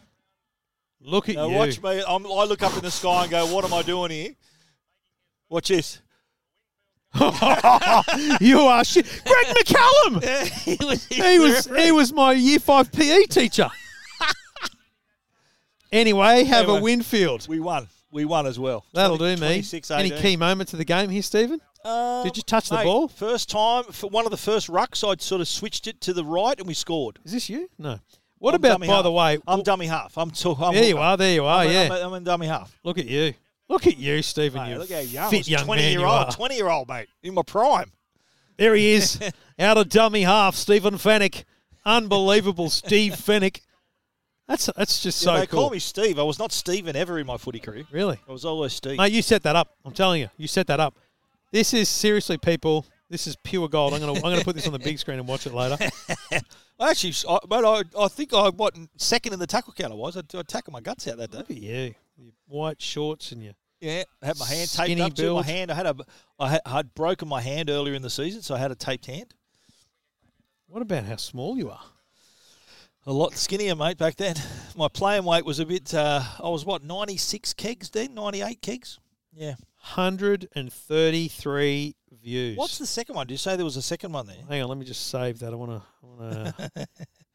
Speaker 1: Look at
Speaker 2: Now
Speaker 1: you.
Speaker 2: watch me. I'm, I look up in the sky and go, "What am I doing here?" Watch this.
Speaker 1: you are shit. Greg McCallum.
Speaker 2: [LAUGHS] he
Speaker 1: [LAUGHS]
Speaker 2: was.
Speaker 1: he was he was my year five PE teacher. anyway, have
Speaker 2: Anyway.
Speaker 1: a Winfield.
Speaker 2: We won. We won as well.
Speaker 1: That'll do
Speaker 2: 20
Speaker 1: me.
Speaker 2: 26,
Speaker 1: Any
Speaker 2: 18.
Speaker 1: key moments of the game here, Stephen?
Speaker 2: Um,
Speaker 1: Did you touch the
Speaker 2: mate,
Speaker 1: ball?
Speaker 2: First time, for one of the first rucks, I'd sort of switched it to the right and we scored.
Speaker 1: Is this you? No. What
Speaker 2: I'm
Speaker 1: about,
Speaker 2: dummy
Speaker 1: by
Speaker 2: half.
Speaker 1: the way?
Speaker 2: I'm dummy half. I'm too. I'm
Speaker 1: there you
Speaker 2: hooker.
Speaker 1: are. There you are.
Speaker 2: I'm, in-
Speaker 1: yeah.
Speaker 2: I'm, in- I'm in dummy half.
Speaker 1: look at you. Look at you, Stephen.
Speaker 2: Mate,
Speaker 1: you
Speaker 2: look how young.
Speaker 1: fit young
Speaker 2: Twenty
Speaker 1: man
Speaker 2: year
Speaker 1: you
Speaker 2: old.
Speaker 1: are.
Speaker 2: Twenty year old mate in my prime.
Speaker 1: There he
Speaker 2: [LAUGHS]
Speaker 1: is, out of dummy half. Stephen Fennick, unbelievable. Steve Fennick. That's that's just
Speaker 2: Yeah,
Speaker 1: so
Speaker 2: they
Speaker 1: cool.
Speaker 2: call me Steve. I was not Steven ever in my footy career.
Speaker 1: Really.
Speaker 2: I was always Steve.
Speaker 1: Mate, you set that up. I'm telling you, you set that up. This is seriously, people. This is pure gold. I'm gonna I'm gonna put this on the big screen and watch it
Speaker 2: [LAUGHS]
Speaker 1: later.
Speaker 2: I actually, I, mate, I, I think I what second in the tackle count I was. I, I tackled my guts out that day.
Speaker 1: Look at you, your white shorts and your
Speaker 2: Yeah, I had my hand taped
Speaker 1: Skinny
Speaker 2: up to my
Speaker 1: build.
Speaker 2: hand. I had a, I had I'd broken my hand earlier in the season, so I had a taped hand.
Speaker 1: What about how small you are?
Speaker 2: A lot skinnier, mate, back then. [LAUGHS] My playing weight was a bit. Uh, I was what ninety six kegs then, ninety eight kegs. Yeah.
Speaker 1: 133 views.
Speaker 2: What's the second one? Did you say there was a second one there?
Speaker 1: Hang on, let me just save that. I want to I
Speaker 2: [LAUGHS]
Speaker 1: want to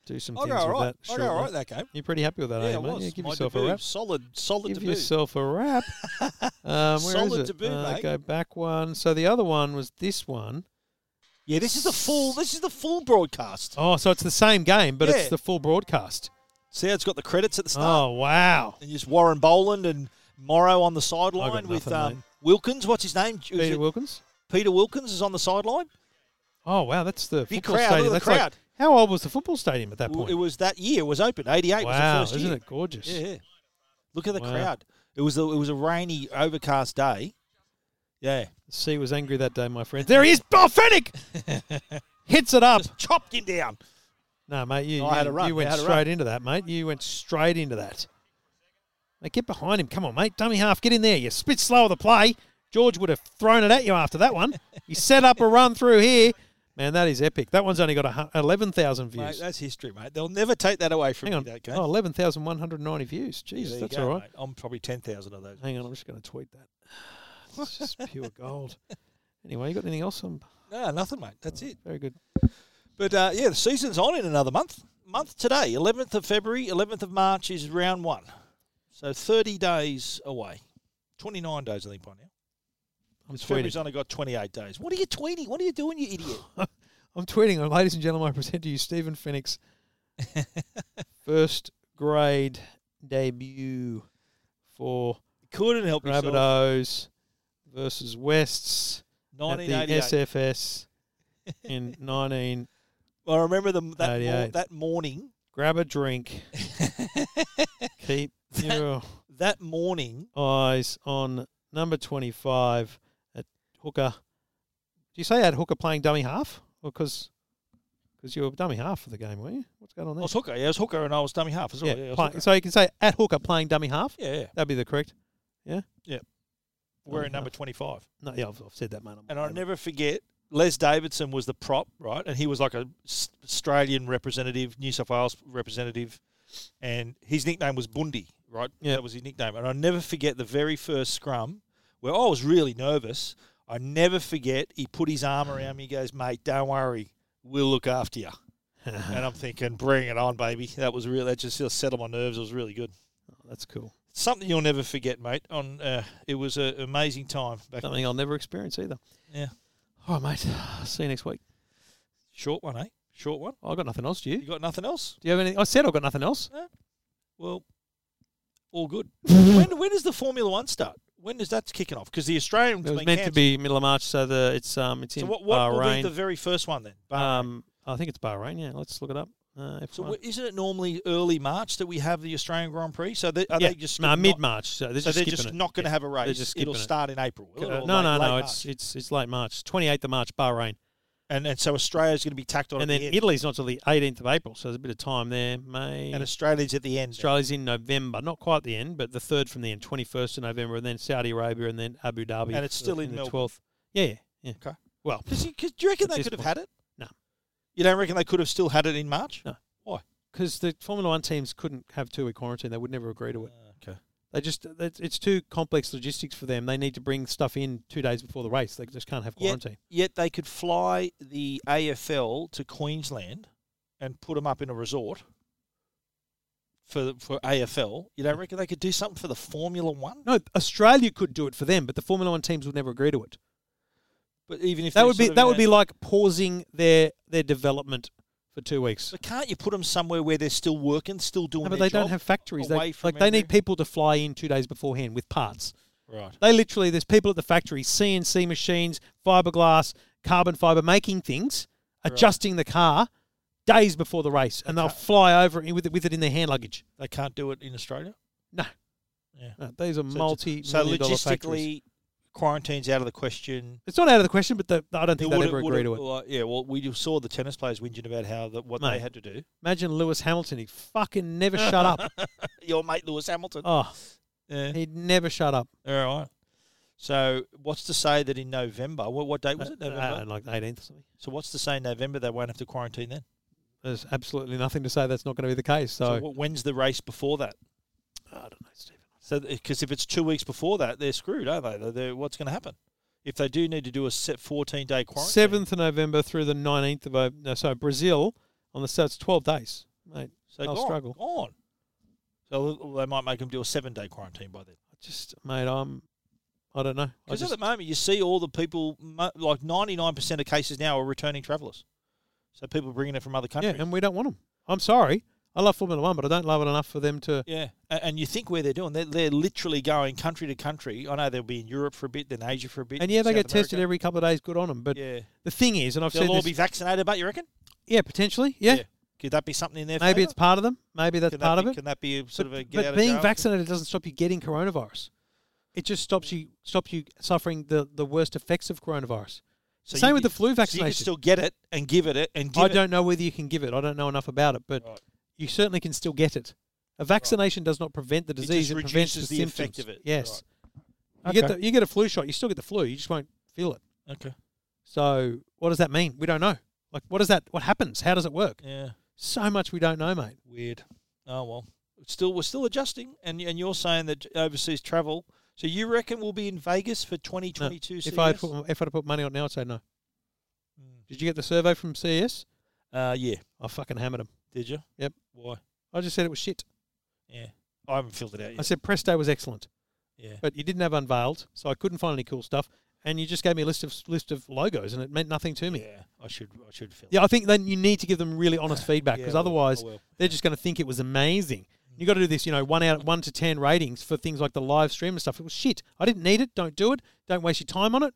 Speaker 1: do some
Speaker 2: I
Speaker 1: things
Speaker 2: go all
Speaker 1: with
Speaker 2: right.
Speaker 1: that.
Speaker 2: I
Speaker 1: Shortly.
Speaker 2: go all right that game.
Speaker 1: You're pretty happy with that,
Speaker 2: Yeah,
Speaker 1: eh,
Speaker 2: I
Speaker 1: mate?
Speaker 2: was.
Speaker 1: give
Speaker 2: My
Speaker 1: yourself
Speaker 2: debut,
Speaker 1: a wrap.
Speaker 2: Solid, solid
Speaker 1: Give
Speaker 2: debut.
Speaker 1: yourself a
Speaker 2: [LAUGHS]
Speaker 1: wrap. Um, where is
Speaker 2: Solid
Speaker 1: it?
Speaker 2: debut,
Speaker 1: Uh,
Speaker 2: mate.
Speaker 1: Go back one. So the other one was this one.
Speaker 2: Yeah, this is the full. This is the full broadcast.
Speaker 1: Oh, so it's the same game, but
Speaker 2: Yeah.
Speaker 1: it's the full broadcast.
Speaker 2: See, how it's got the credits at the start,
Speaker 1: Oh wow!
Speaker 2: and just Warren Boland and Morrow on the
Speaker 1: I
Speaker 2: sideline
Speaker 1: got
Speaker 2: with
Speaker 1: nothing,
Speaker 2: um,
Speaker 1: mate.
Speaker 2: Wilkins. What's his name? Is
Speaker 1: Peter
Speaker 2: it
Speaker 1: Wilkins.
Speaker 2: Peter Wilkins is on the sideline.
Speaker 1: Oh wow, that's the
Speaker 2: Big
Speaker 1: football
Speaker 2: crowd,
Speaker 1: stadium.
Speaker 2: look at
Speaker 1: that's
Speaker 2: the crowd.
Speaker 1: like how old was the football stadium at that
Speaker 2: W-
Speaker 1: point?
Speaker 2: It was that year. It was open. Eighty eight
Speaker 1: wow,
Speaker 2: was the 1st
Speaker 1: isn't
Speaker 2: year.
Speaker 1: it gorgeous?
Speaker 2: Yeah. Look at the
Speaker 1: Wow.
Speaker 2: crowd. It was a, it was a rainy, overcast day. Yeah.
Speaker 1: The sea was angry that day, my friend. There he is, oh,
Speaker 2: [LAUGHS]
Speaker 1: Fennec! Hits it up.
Speaker 2: Just chopped him down.
Speaker 1: No, mate, you,
Speaker 2: No, Oh, I had
Speaker 1: you-
Speaker 2: a run.
Speaker 1: you went
Speaker 2: I had a
Speaker 1: straight into that, mate. You went straight into that. Mate, get behind him. Come on, mate. Dummy half, get in there. You spit slow of the play. George would have thrown it at you after that one. He set up a run through here. Man, that is epic. That one's only got a hun- 11,000
Speaker 2: Mate,
Speaker 1: views.
Speaker 2: that's history, mate. They'll never take that away from
Speaker 1: Hang
Speaker 2: you,
Speaker 1: on.
Speaker 2: that game.
Speaker 1: Oh, 11,190 views.
Speaker 2: Yeah,
Speaker 1: Jeez,
Speaker 2: there you
Speaker 1: that's
Speaker 2: go,
Speaker 1: all right.
Speaker 2: mate. I'm probably 10,000 of those.
Speaker 1: Hang on, I'm just going to tweet
Speaker 2: [LAUGHS]
Speaker 1: that. It's just pure gold. Anyway, you got anything else? Um,
Speaker 2: No, nothing, mate. That's it.
Speaker 1: very good.
Speaker 2: But uh, yeah, the season's on in another month. Month today, 11th of February, 11th of March is round one. So 30 days away. 29 days, I think, by now.
Speaker 1: I'm tweeting.
Speaker 2: February's only got 28 days. What are you tweeting? What are you doing, you idiot?
Speaker 1: I'm tweeting. uh, Ladies and gentlemen, I present to you Stephen
Speaker 2: [LAUGHS]
Speaker 1: Finnick's first grade debut for
Speaker 2: Couldn't help yourself.
Speaker 1: Rabbitohs versus Wests at the
Speaker 2: 1988.
Speaker 1: SFS
Speaker 2: [LAUGHS]
Speaker 1: in 19.
Speaker 2: Well, I remember the, that, mor-
Speaker 1: 88.
Speaker 2: that morning.
Speaker 1: Grab a
Speaker 2: [LAUGHS]
Speaker 1: drink. Keep your
Speaker 2: That morning,
Speaker 1: eyes on number 25 at hooker. Do you say at hooker playing dummy half? Because because you were dummy half for the game, were you? What's going on
Speaker 2: I
Speaker 1: there?
Speaker 2: was hooker. Yeah, I was hooker, and I was dummy half as well.
Speaker 1: yeah,
Speaker 2: Oh, Yeah, I was
Speaker 1: play-
Speaker 2: hooker.
Speaker 1: so you can say at hooker playing dummy half.
Speaker 2: yeah, yeah.
Speaker 1: That'd be the correct.
Speaker 2: Wearing
Speaker 1: half.
Speaker 2: number twenty-five,
Speaker 1: No, yeah, I've, I've said that, mate. I'm-
Speaker 2: and I never forget. Les Davidson was the prop, right? And he was like a s- Australian representative, New South Wales representative, and his nickname was Bundy, right?
Speaker 1: Yeah.
Speaker 2: that was his nickname. And I never forget the very first scrum where I was really nervous. I never forget. He put his arm around me. He goes, "Mate, don't worry, we'll look after you." and I'm thinking, bring it on, baby. That was real. That just just settled my nerves. It was really good.
Speaker 1: [LAUGHS] That's cool.
Speaker 2: Something you'll never forget, mate. On uh, it was an amazing time. Back
Speaker 1: Something I'll never experience either.
Speaker 2: Yeah.
Speaker 1: All right, mate. See you next week.
Speaker 2: short one, eh? Short one.
Speaker 1: Oh, I've got nothing else. Do you?
Speaker 2: You got nothing else?
Speaker 1: Do you have anything? I said I've got nothing else.
Speaker 2: Well,
Speaker 1: [LAUGHS]
Speaker 2: all good. when, when does the Formula One start? When does that kicking off? Because the Australian
Speaker 1: It was meant to be middle of March, so the it's um it's
Speaker 2: So
Speaker 1: in
Speaker 2: what, what will be
Speaker 1: Bahrain.
Speaker 2: the very first one then?
Speaker 1: um, I think it's Bahrain. Yeah, let's look it up. Uh, F1.
Speaker 2: So wh- isn't it normally early March that we have the Australian Grand Prix? So they, are
Speaker 1: yeah,
Speaker 2: they just
Speaker 1: no,
Speaker 2: not-
Speaker 1: mid March. So they're
Speaker 2: So
Speaker 1: just
Speaker 2: they're
Speaker 1: skipping
Speaker 2: just
Speaker 1: it.
Speaker 2: not going to
Speaker 1: Yeah.
Speaker 2: have a race.
Speaker 1: just
Speaker 2: It'll
Speaker 1: skipping it.
Speaker 2: start in April. will it,
Speaker 1: Uh,
Speaker 2: or
Speaker 1: no,
Speaker 2: late-
Speaker 1: no,
Speaker 2: late
Speaker 1: no.
Speaker 2: March?
Speaker 1: It's it's it's late March, twenty eighth of March, Bahrain,
Speaker 2: and and so Australia's going to be tacked on.
Speaker 1: and
Speaker 2: at
Speaker 1: then
Speaker 2: the end.
Speaker 1: Italy's not till the eighteenth of April, so there's a bit of time there. May
Speaker 2: and Australia's at the end. then.
Speaker 1: Australia's in November, not quite the end, but the third from the end, twenty first of November, and then Saudi Arabia, and then Abu Dhabi,
Speaker 2: And it's
Speaker 1: for-
Speaker 2: still in
Speaker 1: the
Speaker 2: Melbourne.
Speaker 1: twelfth. Yeah, yeah, yeah.
Speaker 2: Okay.
Speaker 1: Well,
Speaker 2: Cause you, 'cause do you reckon
Speaker 1: At
Speaker 2: they
Speaker 1: this
Speaker 2: could have
Speaker 1: point.
Speaker 2: had it?
Speaker 1: No.
Speaker 2: You don't reckon they could have still had it in March?
Speaker 1: No. because the Formula One teams couldn't have two week quarantine, they would never agree to it.
Speaker 2: okay.
Speaker 1: They just it's- it's too complex logistics for them. They need to bring stuff in two days before the race. They just can't have
Speaker 2: Yeah.
Speaker 1: quarantine.
Speaker 2: Yet they could fly the AFL to Queensland and put them up in a resort for for AFL. You don't reckon they could do something for the Formula One?
Speaker 1: No, Australia could do it for them, but the Formula One teams would never agree to it.
Speaker 2: But even if
Speaker 1: That
Speaker 2: they're
Speaker 1: would be
Speaker 2: sort of
Speaker 1: that
Speaker 2: in
Speaker 1: would
Speaker 2: a-
Speaker 1: be like pausing their their development for two weeks.
Speaker 2: But can't you put them somewhere where they're still working, still doing?
Speaker 1: No, but
Speaker 2: their
Speaker 1: they don't
Speaker 2: job?
Speaker 1: have factories. They,
Speaker 2: away
Speaker 1: like
Speaker 2: from
Speaker 1: they
Speaker 2: every-
Speaker 1: need people to fly in two days beforehand with parts.
Speaker 2: Right.
Speaker 1: They literally there's people at the factory, CNC machines, fiberglass, carbon fiber, making things, adjusting the car days before the race, and they'll fly over it with it, with it in their hand luggage.
Speaker 2: They can't do it in Australia.
Speaker 1: No,
Speaker 2: Yeah.
Speaker 1: no these are
Speaker 2: So
Speaker 1: multi.
Speaker 2: it's- so
Speaker 1: dollar factories.
Speaker 2: logistically, quarantine's out of the question.
Speaker 1: it's not out of the question, but the, I don't think
Speaker 2: It
Speaker 1: they'd
Speaker 2: would've-
Speaker 1: ever agree
Speaker 2: would've-
Speaker 1: to it.
Speaker 2: well, yeah, well, we just saw the tennis players whinging about how that what they
Speaker 1: Mate.
Speaker 2: had to do.
Speaker 1: Imagine Lewis Hamilton; he fucking never shut up.
Speaker 2: [LAUGHS] Your mate Lewis Hamilton.
Speaker 1: Oh,
Speaker 2: Yeah.
Speaker 1: he'd never shut up.
Speaker 2: All right. So what's to say that in November? What, what date was it?
Speaker 1: Uh,
Speaker 2: November.
Speaker 1: uh, like the 18th or something.
Speaker 2: so what's to say in November they won't have to quarantine then?
Speaker 1: There's absolutely nothing to say that's not going to be the case. So,
Speaker 2: So, wh- when's the race before that?
Speaker 1: I don't know, Stephen.
Speaker 2: So because if it's two weeks before that, they're screwed, aren't they? They're, they're, what's going to happen if they do need to do a set fourteen day quarantine?
Speaker 1: Seventh of November through the 19th of O- no, so Brazil on the so it's 12 days, mate.
Speaker 2: So
Speaker 1: they'll
Speaker 2: gone,
Speaker 1: struggle.
Speaker 2: Gone. So they might make them do a seven day quarantine by then.
Speaker 1: I just mate, I'm, I don't know. I
Speaker 2: Because at
Speaker 1: just
Speaker 2: the moment, you see all the people, mo- like 99% of cases now are returning travellers. So people bringing it from other
Speaker 1: yeah,
Speaker 2: countries.
Speaker 1: and we don't want them. I'm sorry, I love Formula One, but I don't love it enough for them to.
Speaker 2: Yeah. A- And you think where they're doing, they're, they're literally going country to country. I know they'll be in Europe for a bit, then Asia for a bit.
Speaker 1: And yeah, they
Speaker 2: South
Speaker 1: get tested
Speaker 2: America.
Speaker 1: every couple of days. Good on them. But
Speaker 2: Yeah.
Speaker 1: the thing is, and I've
Speaker 2: They'll
Speaker 1: said
Speaker 2: all
Speaker 1: this,
Speaker 2: be vaccinated, but you reckon?
Speaker 1: yeah, potentially, yeah,
Speaker 2: Could that be something in there?
Speaker 1: maybe it's part of them. Maybe that's
Speaker 2: can that
Speaker 1: part
Speaker 2: be,
Speaker 1: of it.
Speaker 2: Can that be a sort of a get
Speaker 1: but
Speaker 2: out of
Speaker 1: being
Speaker 2: jail?
Speaker 1: vaccinated doesn't stop you getting coronavirus. It just stops you stops you suffering the, the worst effects of coronavirus.
Speaker 2: So
Speaker 1: Same
Speaker 2: you
Speaker 1: with
Speaker 2: can-
Speaker 1: the flu
Speaker 2: So you
Speaker 1: vaccination.
Speaker 2: can still get it and give it it and give
Speaker 1: I
Speaker 2: it.
Speaker 1: don't know whether you can give it. I don't know enough about it, but
Speaker 2: Right.
Speaker 1: you certainly can still get it. A vaccination does not prevent the
Speaker 2: just
Speaker 1: disease; it, prevents
Speaker 2: reduces
Speaker 1: the,
Speaker 2: the
Speaker 1: symptoms.
Speaker 2: effect of it.
Speaker 1: Yes,
Speaker 2: Right.
Speaker 1: you
Speaker 2: Okay.
Speaker 1: get the, you get a flu shot. You still get the flu. You just won't feel it.
Speaker 2: Okay.
Speaker 1: So, what does that mean? We don't know. Like, what does that? What happens? How does it work?
Speaker 2: Yeah.
Speaker 1: So much we don't know, mate.
Speaker 2: Weird. Oh well, It's still we're still adjusting, and and you're saying that overseas travel. So you reckon we'll be in Vegas for 2022?
Speaker 1: If I
Speaker 2: CES?
Speaker 1: put, if I'd put money on it now, I'd say no.
Speaker 2: Mm.
Speaker 1: Did you get the survey from CES?
Speaker 2: uh, yeah,
Speaker 1: I fucking hammered them.
Speaker 2: did you?
Speaker 1: Yep.
Speaker 2: Why?
Speaker 1: I just said it was shit.
Speaker 2: Yeah, I haven't filled it out
Speaker 1: I
Speaker 2: yet.
Speaker 1: said press day was excellent,
Speaker 2: Yeah,
Speaker 1: but you didn't have unveiled, so I couldn't find any cool stuff. And you just gave me a list of list of logos, and it meant nothing to me.
Speaker 2: yeah. I should I should fill.
Speaker 1: Yeah, I think then you need to give them really honest feedback
Speaker 2: Yeah,
Speaker 1: because
Speaker 2: I will. I
Speaker 1: otherwise
Speaker 2: will.
Speaker 1: they're just going to think it was amazing. You got to do this, you know, one out one to ten ratings for things like the live stream and stuff. It was shit. I didn't need it. Don't do it. Don't waste your time on it.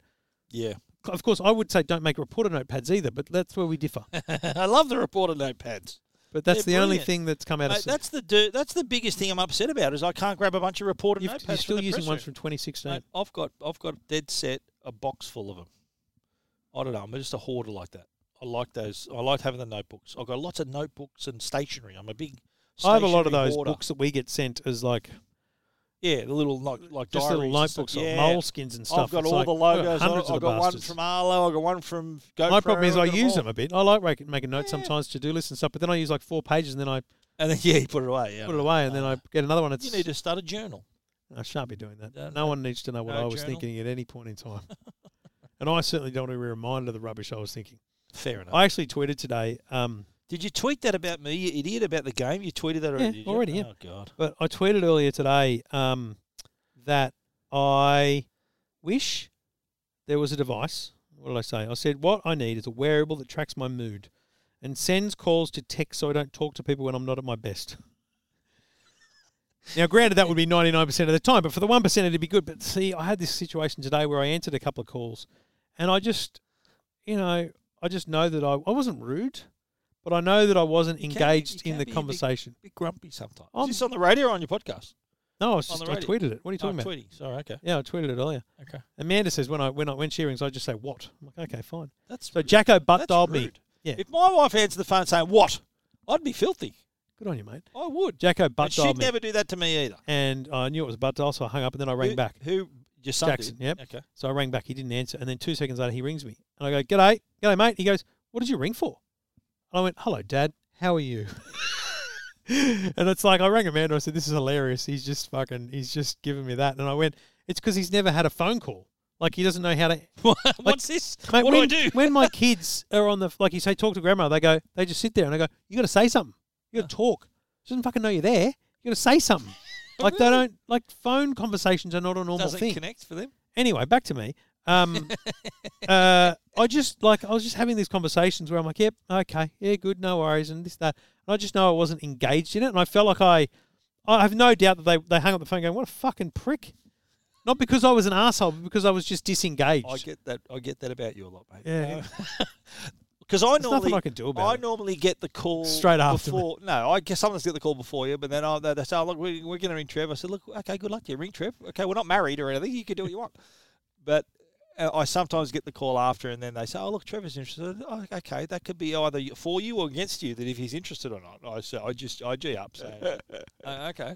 Speaker 2: Yeah, [LAUGHS]
Speaker 1: Of course, I would say don't make reporter notepads either, but that's where we
Speaker 2: [LAUGHS]
Speaker 1: differ.
Speaker 2: I love the reporter notepads.
Speaker 1: But that's
Speaker 2: They're
Speaker 1: the only
Speaker 2: brilliant.
Speaker 1: thing that's come out
Speaker 2: Mate,
Speaker 1: of.
Speaker 2: that's the di- that's the biggest thing I'm upset about is I can't grab a bunch of reporter
Speaker 1: you've,
Speaker 2: notepads.
Speaker 1: you're
Speaker 2: from
Speaker 1: still
Speaker 2: the
Speaker 1: using
Speaker 2: press
Speaker 1: ones
Speaker 2: room.
Speaker 1: from 2016.
Speaker 2: Mate, I've got I've got dead set a box full of them. I don't know. I'm just a hoarder like that. I like those. I like having the notebooks. I've got lots of notebooks and stationery. I'm a big.
Speaker 1: I have a lot of
Speaker 2: stationery
Speaker 1: those
Speaker 2: hoarder.
Speaker 1: books that we get sent as like
Speaker 2: Yeah, the little like like
Speaker 1: just
Speaker 2: diaries
Speaker 1: little
Speaker 2: and
Speaker 1: notebooks
Speaker 2: stuff.
Speaker 1: or
Speaker 2: yeah.
Speaker 1: moleskins and stuff.
Speaker 2: I've got
Speaker 1: It's
Speaker 2: all
Speaker 1: like,
Speaker 2: the
Speaker 1: I've got hundreds
Speaker 2: logos. I,
Speaker 1: of
Speaker 2: have
Speaker 1: the
Speaker 2: got one
Speaker 1: bastards.
Speaker 2: from Arlo. I got one from. GoPro,
Speaker 1: My problem is I
Speaker 2: I've got
Speaker 1: use
Speaker 2: all.
Speaker 1: them a bit. I like making, making notes sometimes to do lists and stuff, but then I use like four pages and then I
Speaker 2: And then [LAUGHS] yeah, you put it away. Yeah,
Speaker 1: put it away and then I get another one. It's
Speaker 2: Ah. You need to start a journal.
Speaker 1: I shan't be doing that.
Speaker 2: No,
Speaker 1: No,
Speaker 2: no.
Speaker 1: one needs to know what
Speaker 2: No
Speaker 1: I was
Speaker 2: journal.
Speaker 1: thinking at any point in
Speaker 2: [LAUGHS]
Speaker 1: time. and I certainly don't want to be reminded of the rubbish I was thinking.
Speaker 2: Fair enough.
Speaker 1: I actually tweeted today, um,
Speaker 2: did you tweet that about me, you idiot, about the game? You tweeted that already.
Speaker 1: Yeah,
Speaker 2: did you?
Speaker 1: already, yeah.
Speaker 2: Oh god.
Speaker 1: but I tweeted earlier today um, that I wish there was a device. What did I say? I said, what I need is a wearable that tracks my mood and sends calls to text so I don't talk to people when I'm not at my best. Now, granted, that would be 99% of the time, but for the 1%, it'd be good. But see, I had this situation today where I answered a couple of calls and I just, you know, I just know that I, I wasn't rude, but I know that I wasn't
Speaker 2: You can be- you
Speaker 1: engaged
Speaker 2: can
Speaker 1: in the
Speaker 2: be a bit-
Speaker 1: conversation.
Speaker 2: bit grumpy sometimes.
Speaker 1: I'm-
Speaker 2: Is this on the radio or on your podcast?
Speaker 1: No, I, was
Speaker 2: on
Speaker 1: just,
Speaker 2: the
Speaker 1: I
Speaker 2: radio.
Speaker 1: tweeted it. What are you talking
Speaker 2: oh,
Speaker 1: about?
Speaker 2: tweeting. Sorry, okay,
Speaker 1: Yeah, I tweeted it earlier.
Speaker 2: okay.
Speaker 1: Amanda says when I when I when she rings, I just say what. I'm like, okay, fine.
Speaker 2: That's
Speaker 1: So Jacko butt
Speaker 2: That's
Speaker 1: dialed me.
Speaker 2: rude.
Speaker 1: Yeah.
Speaker 2: If my wife answered the phone saying what, I'd be filthy.
Speaker 1: Good on you, mate.
Speaker 2: I would.
Speaker 1: Jacko
Speaker 2: But
Speaker 1: butt
Speaker 2: she'd
Speaker 1: dialed me,
Speaker 2: never do that to me either.
Speaker 1: and I knew it was butt dial, so I hung up, and then I rang
Speaker 2: Who-
Speaker 1: back.
Speaker 2: Who? Your son
Speaker 1: Jackson,
Speaker 2: Did.
Speaker 1: yep.
Speaker 2: Okay.
Speaker 1: So I rang back. He didn't answer. And then two seconds later, he rings me. And I go, G'day, g'day, mate. He goes, What did you ring for? And I went, Hello, Dad. How are you? [LAUGHS] and it's like, I rang him and I said, This is hilarious. He's just fucking, he's just giving me that. And I went, It's because he's never had a phone call. Like, he doesn't know how to.
Speaker 2: [LAUGHS] What's this?
Speaker 1: Mate,
Speaker 2: what
Speaker 1: when,
Speaker 2: do I do?
Speaker 1: when
Speaker 2: [LAUGHS]
Speaker 1: my kids are on the, like you say, talk to grandma, they go, They just sit there and I go, You got to say something. You got to talk. She doesn't fucking know you're there. You got to say
Speaker 2: [LAUGHS]
Speaker 1: something. Like, they don't, like, phone conversations are not a normal
Speaker 2: Doesn't
Speaker 1: thing
Speaker 2: connect for them.
Speaker 1: anyway, back to me.
Speaker 2: [LAUGHS]
Speaker 1: Um, uh, I just like I was just having these conversations where I'm like, yep, okay, yeah, good, no worries, and this that, and I just know I wasn't engaged in it, and I felt like I, I have no doubt that they they hung up the phone going, what a fucking prick, not because I was an asshole, but because I was just disengaged.
Speaker 2: I get that. I get that about you a lot, mate.
Speaker 1: Yeah.
Speaker 2: Because I
Speaker 1: There's nothing
Speaker 2: normally
Speaker 1: I can do about
Speaker 2: I
Speaker 1: it.
Speaker 2: normally get the call
Speaker 1: Straight after me.
Speaker 2: before. No, I guess sometimes get the call before you, but then I, they they say, oh, "Look, we, we're going to ring Trev." I said, "Look, okay, good luck to you, ring Trev. Okay, we're not married or anything. You can do what you want." But uh, I sometimes get the call after, and then they say, "Oh, look, Trevor's interested." Oh, okay, that could be either for you or against you. That if he's interested or not, I say, I just I g up. So uh, okay,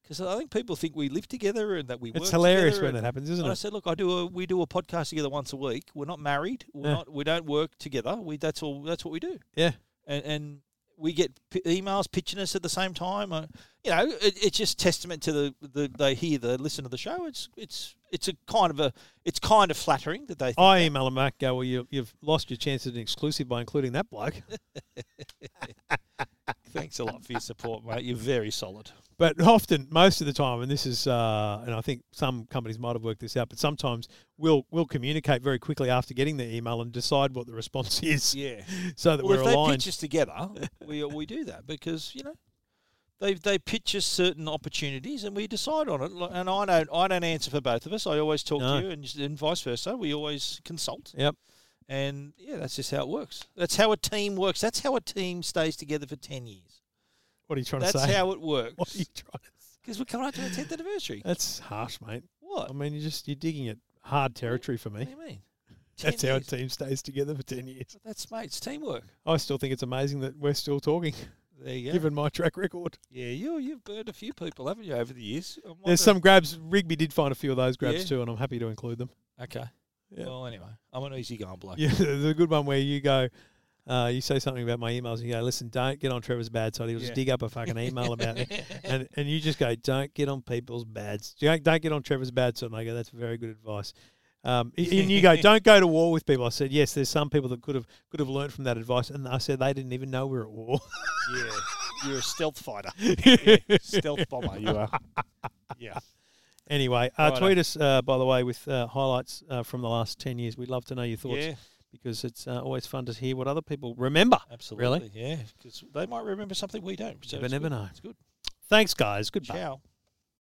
Speaker 2: because I think people think we live together and that we.
Speaker 1: it's
Speaker 2: work
Speaker 1: hilarious
Speaker 2: together
Speaker 1: when
Speaker 2: and-
Speaker 1: that happens, isn't
Speaker 2: and I
Speaker 1: it?
Speaker 2: said, look, I do a, we do a podcast together once a week. We're not married. We're
Speaker 1: Yeah.
Speaker 2: not. We don't work together. We that's all. That's what we do. [LAUGHS]
Speaker 1: Yeah.
Speaker 2: And and we get p- emails pitching us at the same time. Uh, you know, it, it's just testament to the, the they hear the listen to the show. It's it's it's a kind of a it's kind of flattering that they. Think,
Speaker 1: I email him back, go, well, you, you've lost your chance at an exclusive by including that bloke.
Speaker 2: [LAUGHS] Thanks a lot for your support,
Speaker 1: Oh.
Speaker 2: mate. You're very solid.
Speaker 1: But often, most of the time, and this is, uh, and I think some companies might have worked this out, but sometimes we'll we'll communicate very quickly after getting the email and decide what the response [LAUGHS] is,
Speaker 2: Yeah.
Speaker 1: so that
Speaker 2: Well,
Speaker 1: we're
Speaker 2: if they
Speaker 1: aligned.
Speaker 2: pitch us together, [LAUGHS] we we do that because you know they they pitch us certain opportunities and we decide on it. Like- And I don't I don't answer for both of us. I always talk
Speaker 1: No.
Speaker 2: to you and, and vice versa. We always consult.
Speaker 1: Yep.
Speaker 2: And yeah, that's just how it works. That's how a team works. That's how a team stays together for ten years.
Speaker 1: What are you trying
Speaker 2: That's
Speaker 1: to say?
Speaker 2: how
Speaker 1: [LAUGHS]
Speaker 2: it
Speaker 1: what are you
Speaker 2: works.
Speaker 1: trying to say?
Speaker 2: Because we're coming up to our tenth anniversary.
Speaker 1: That's harsh, mate.
Speaker 2: What?
Speaker 1: I mean, you are just you're digging at hard territory for
Speaker 2: What do
Speaker 1: me.
Speaker 2: you mean? 10
Speaker 1: That's how a
Speaker 2: years.
Speaker 1: team stays together for ten years.
Speaker 2: That's mate. It's teamwork.
Speaker 1: I still think it's amazing that we're still talking,
Speaker 2: There you go.
Speaker 1: given my track record.
Speaker 2: yeah, you you've burned a few people, haven't you, over the years? I
Speaker 1: There's
Speaker 2: wonder-
Speaker 1: some grabs. Rigby did find a few of those grabs
Speaker 2: Yeah.
Speaker 1: too, and I'm happy to include them.
Speaker 2: Okay.
Speaker 1: Yeah.
Speaker 2: Well, anyway, I'm an easy going bloke.
Speaker 1: Yeah, [LAUGHS] there's a good one where you go, uh, you say something about my emails, and you go, listen, don't get on Trevor's bad side. He'll
Speaker 2: Yeah.
Speaker 1: just dig up a fucking
Speaker 2: [LAUGHS]
Speaker 1: email about it. And, and you just go, don't get on people's bads. Don't, don't get on Trevor's bad side. And I go, that's very good advice. Um, and you
Speaker 2: [LAUGHS]
Speaker 1: go, don't go to war with people. I said, yes, there's some people that could have could have learned from that advice. And I said, they didn't even know we were at war.
Speaker 2: yeah. You're a stealth fighter, stealth bomber. You are. Yeah.
Speaker 1: anyway, uh,
Speaker 2: Righto.
Speaker 1: tweet us, uh, by the way, with uh, highlights uh, from the last 10 years. We'd love to know your thoughts
Speaker 2: Yeah.
Speaker 1: because it's uh, always fun to hear what other people remember.
Speaker 2: Absolutely. Yeah. Because they might remember something we don't. So
Speaker 1: Never,
Speaker 2: it's
Speaker 1: never
Speaker 2: good.
Speaker 1: know.
Speaker 2: It's good.
Speaker 1: Thanks, guys. Goodbye.
Speaker 2: Ciao.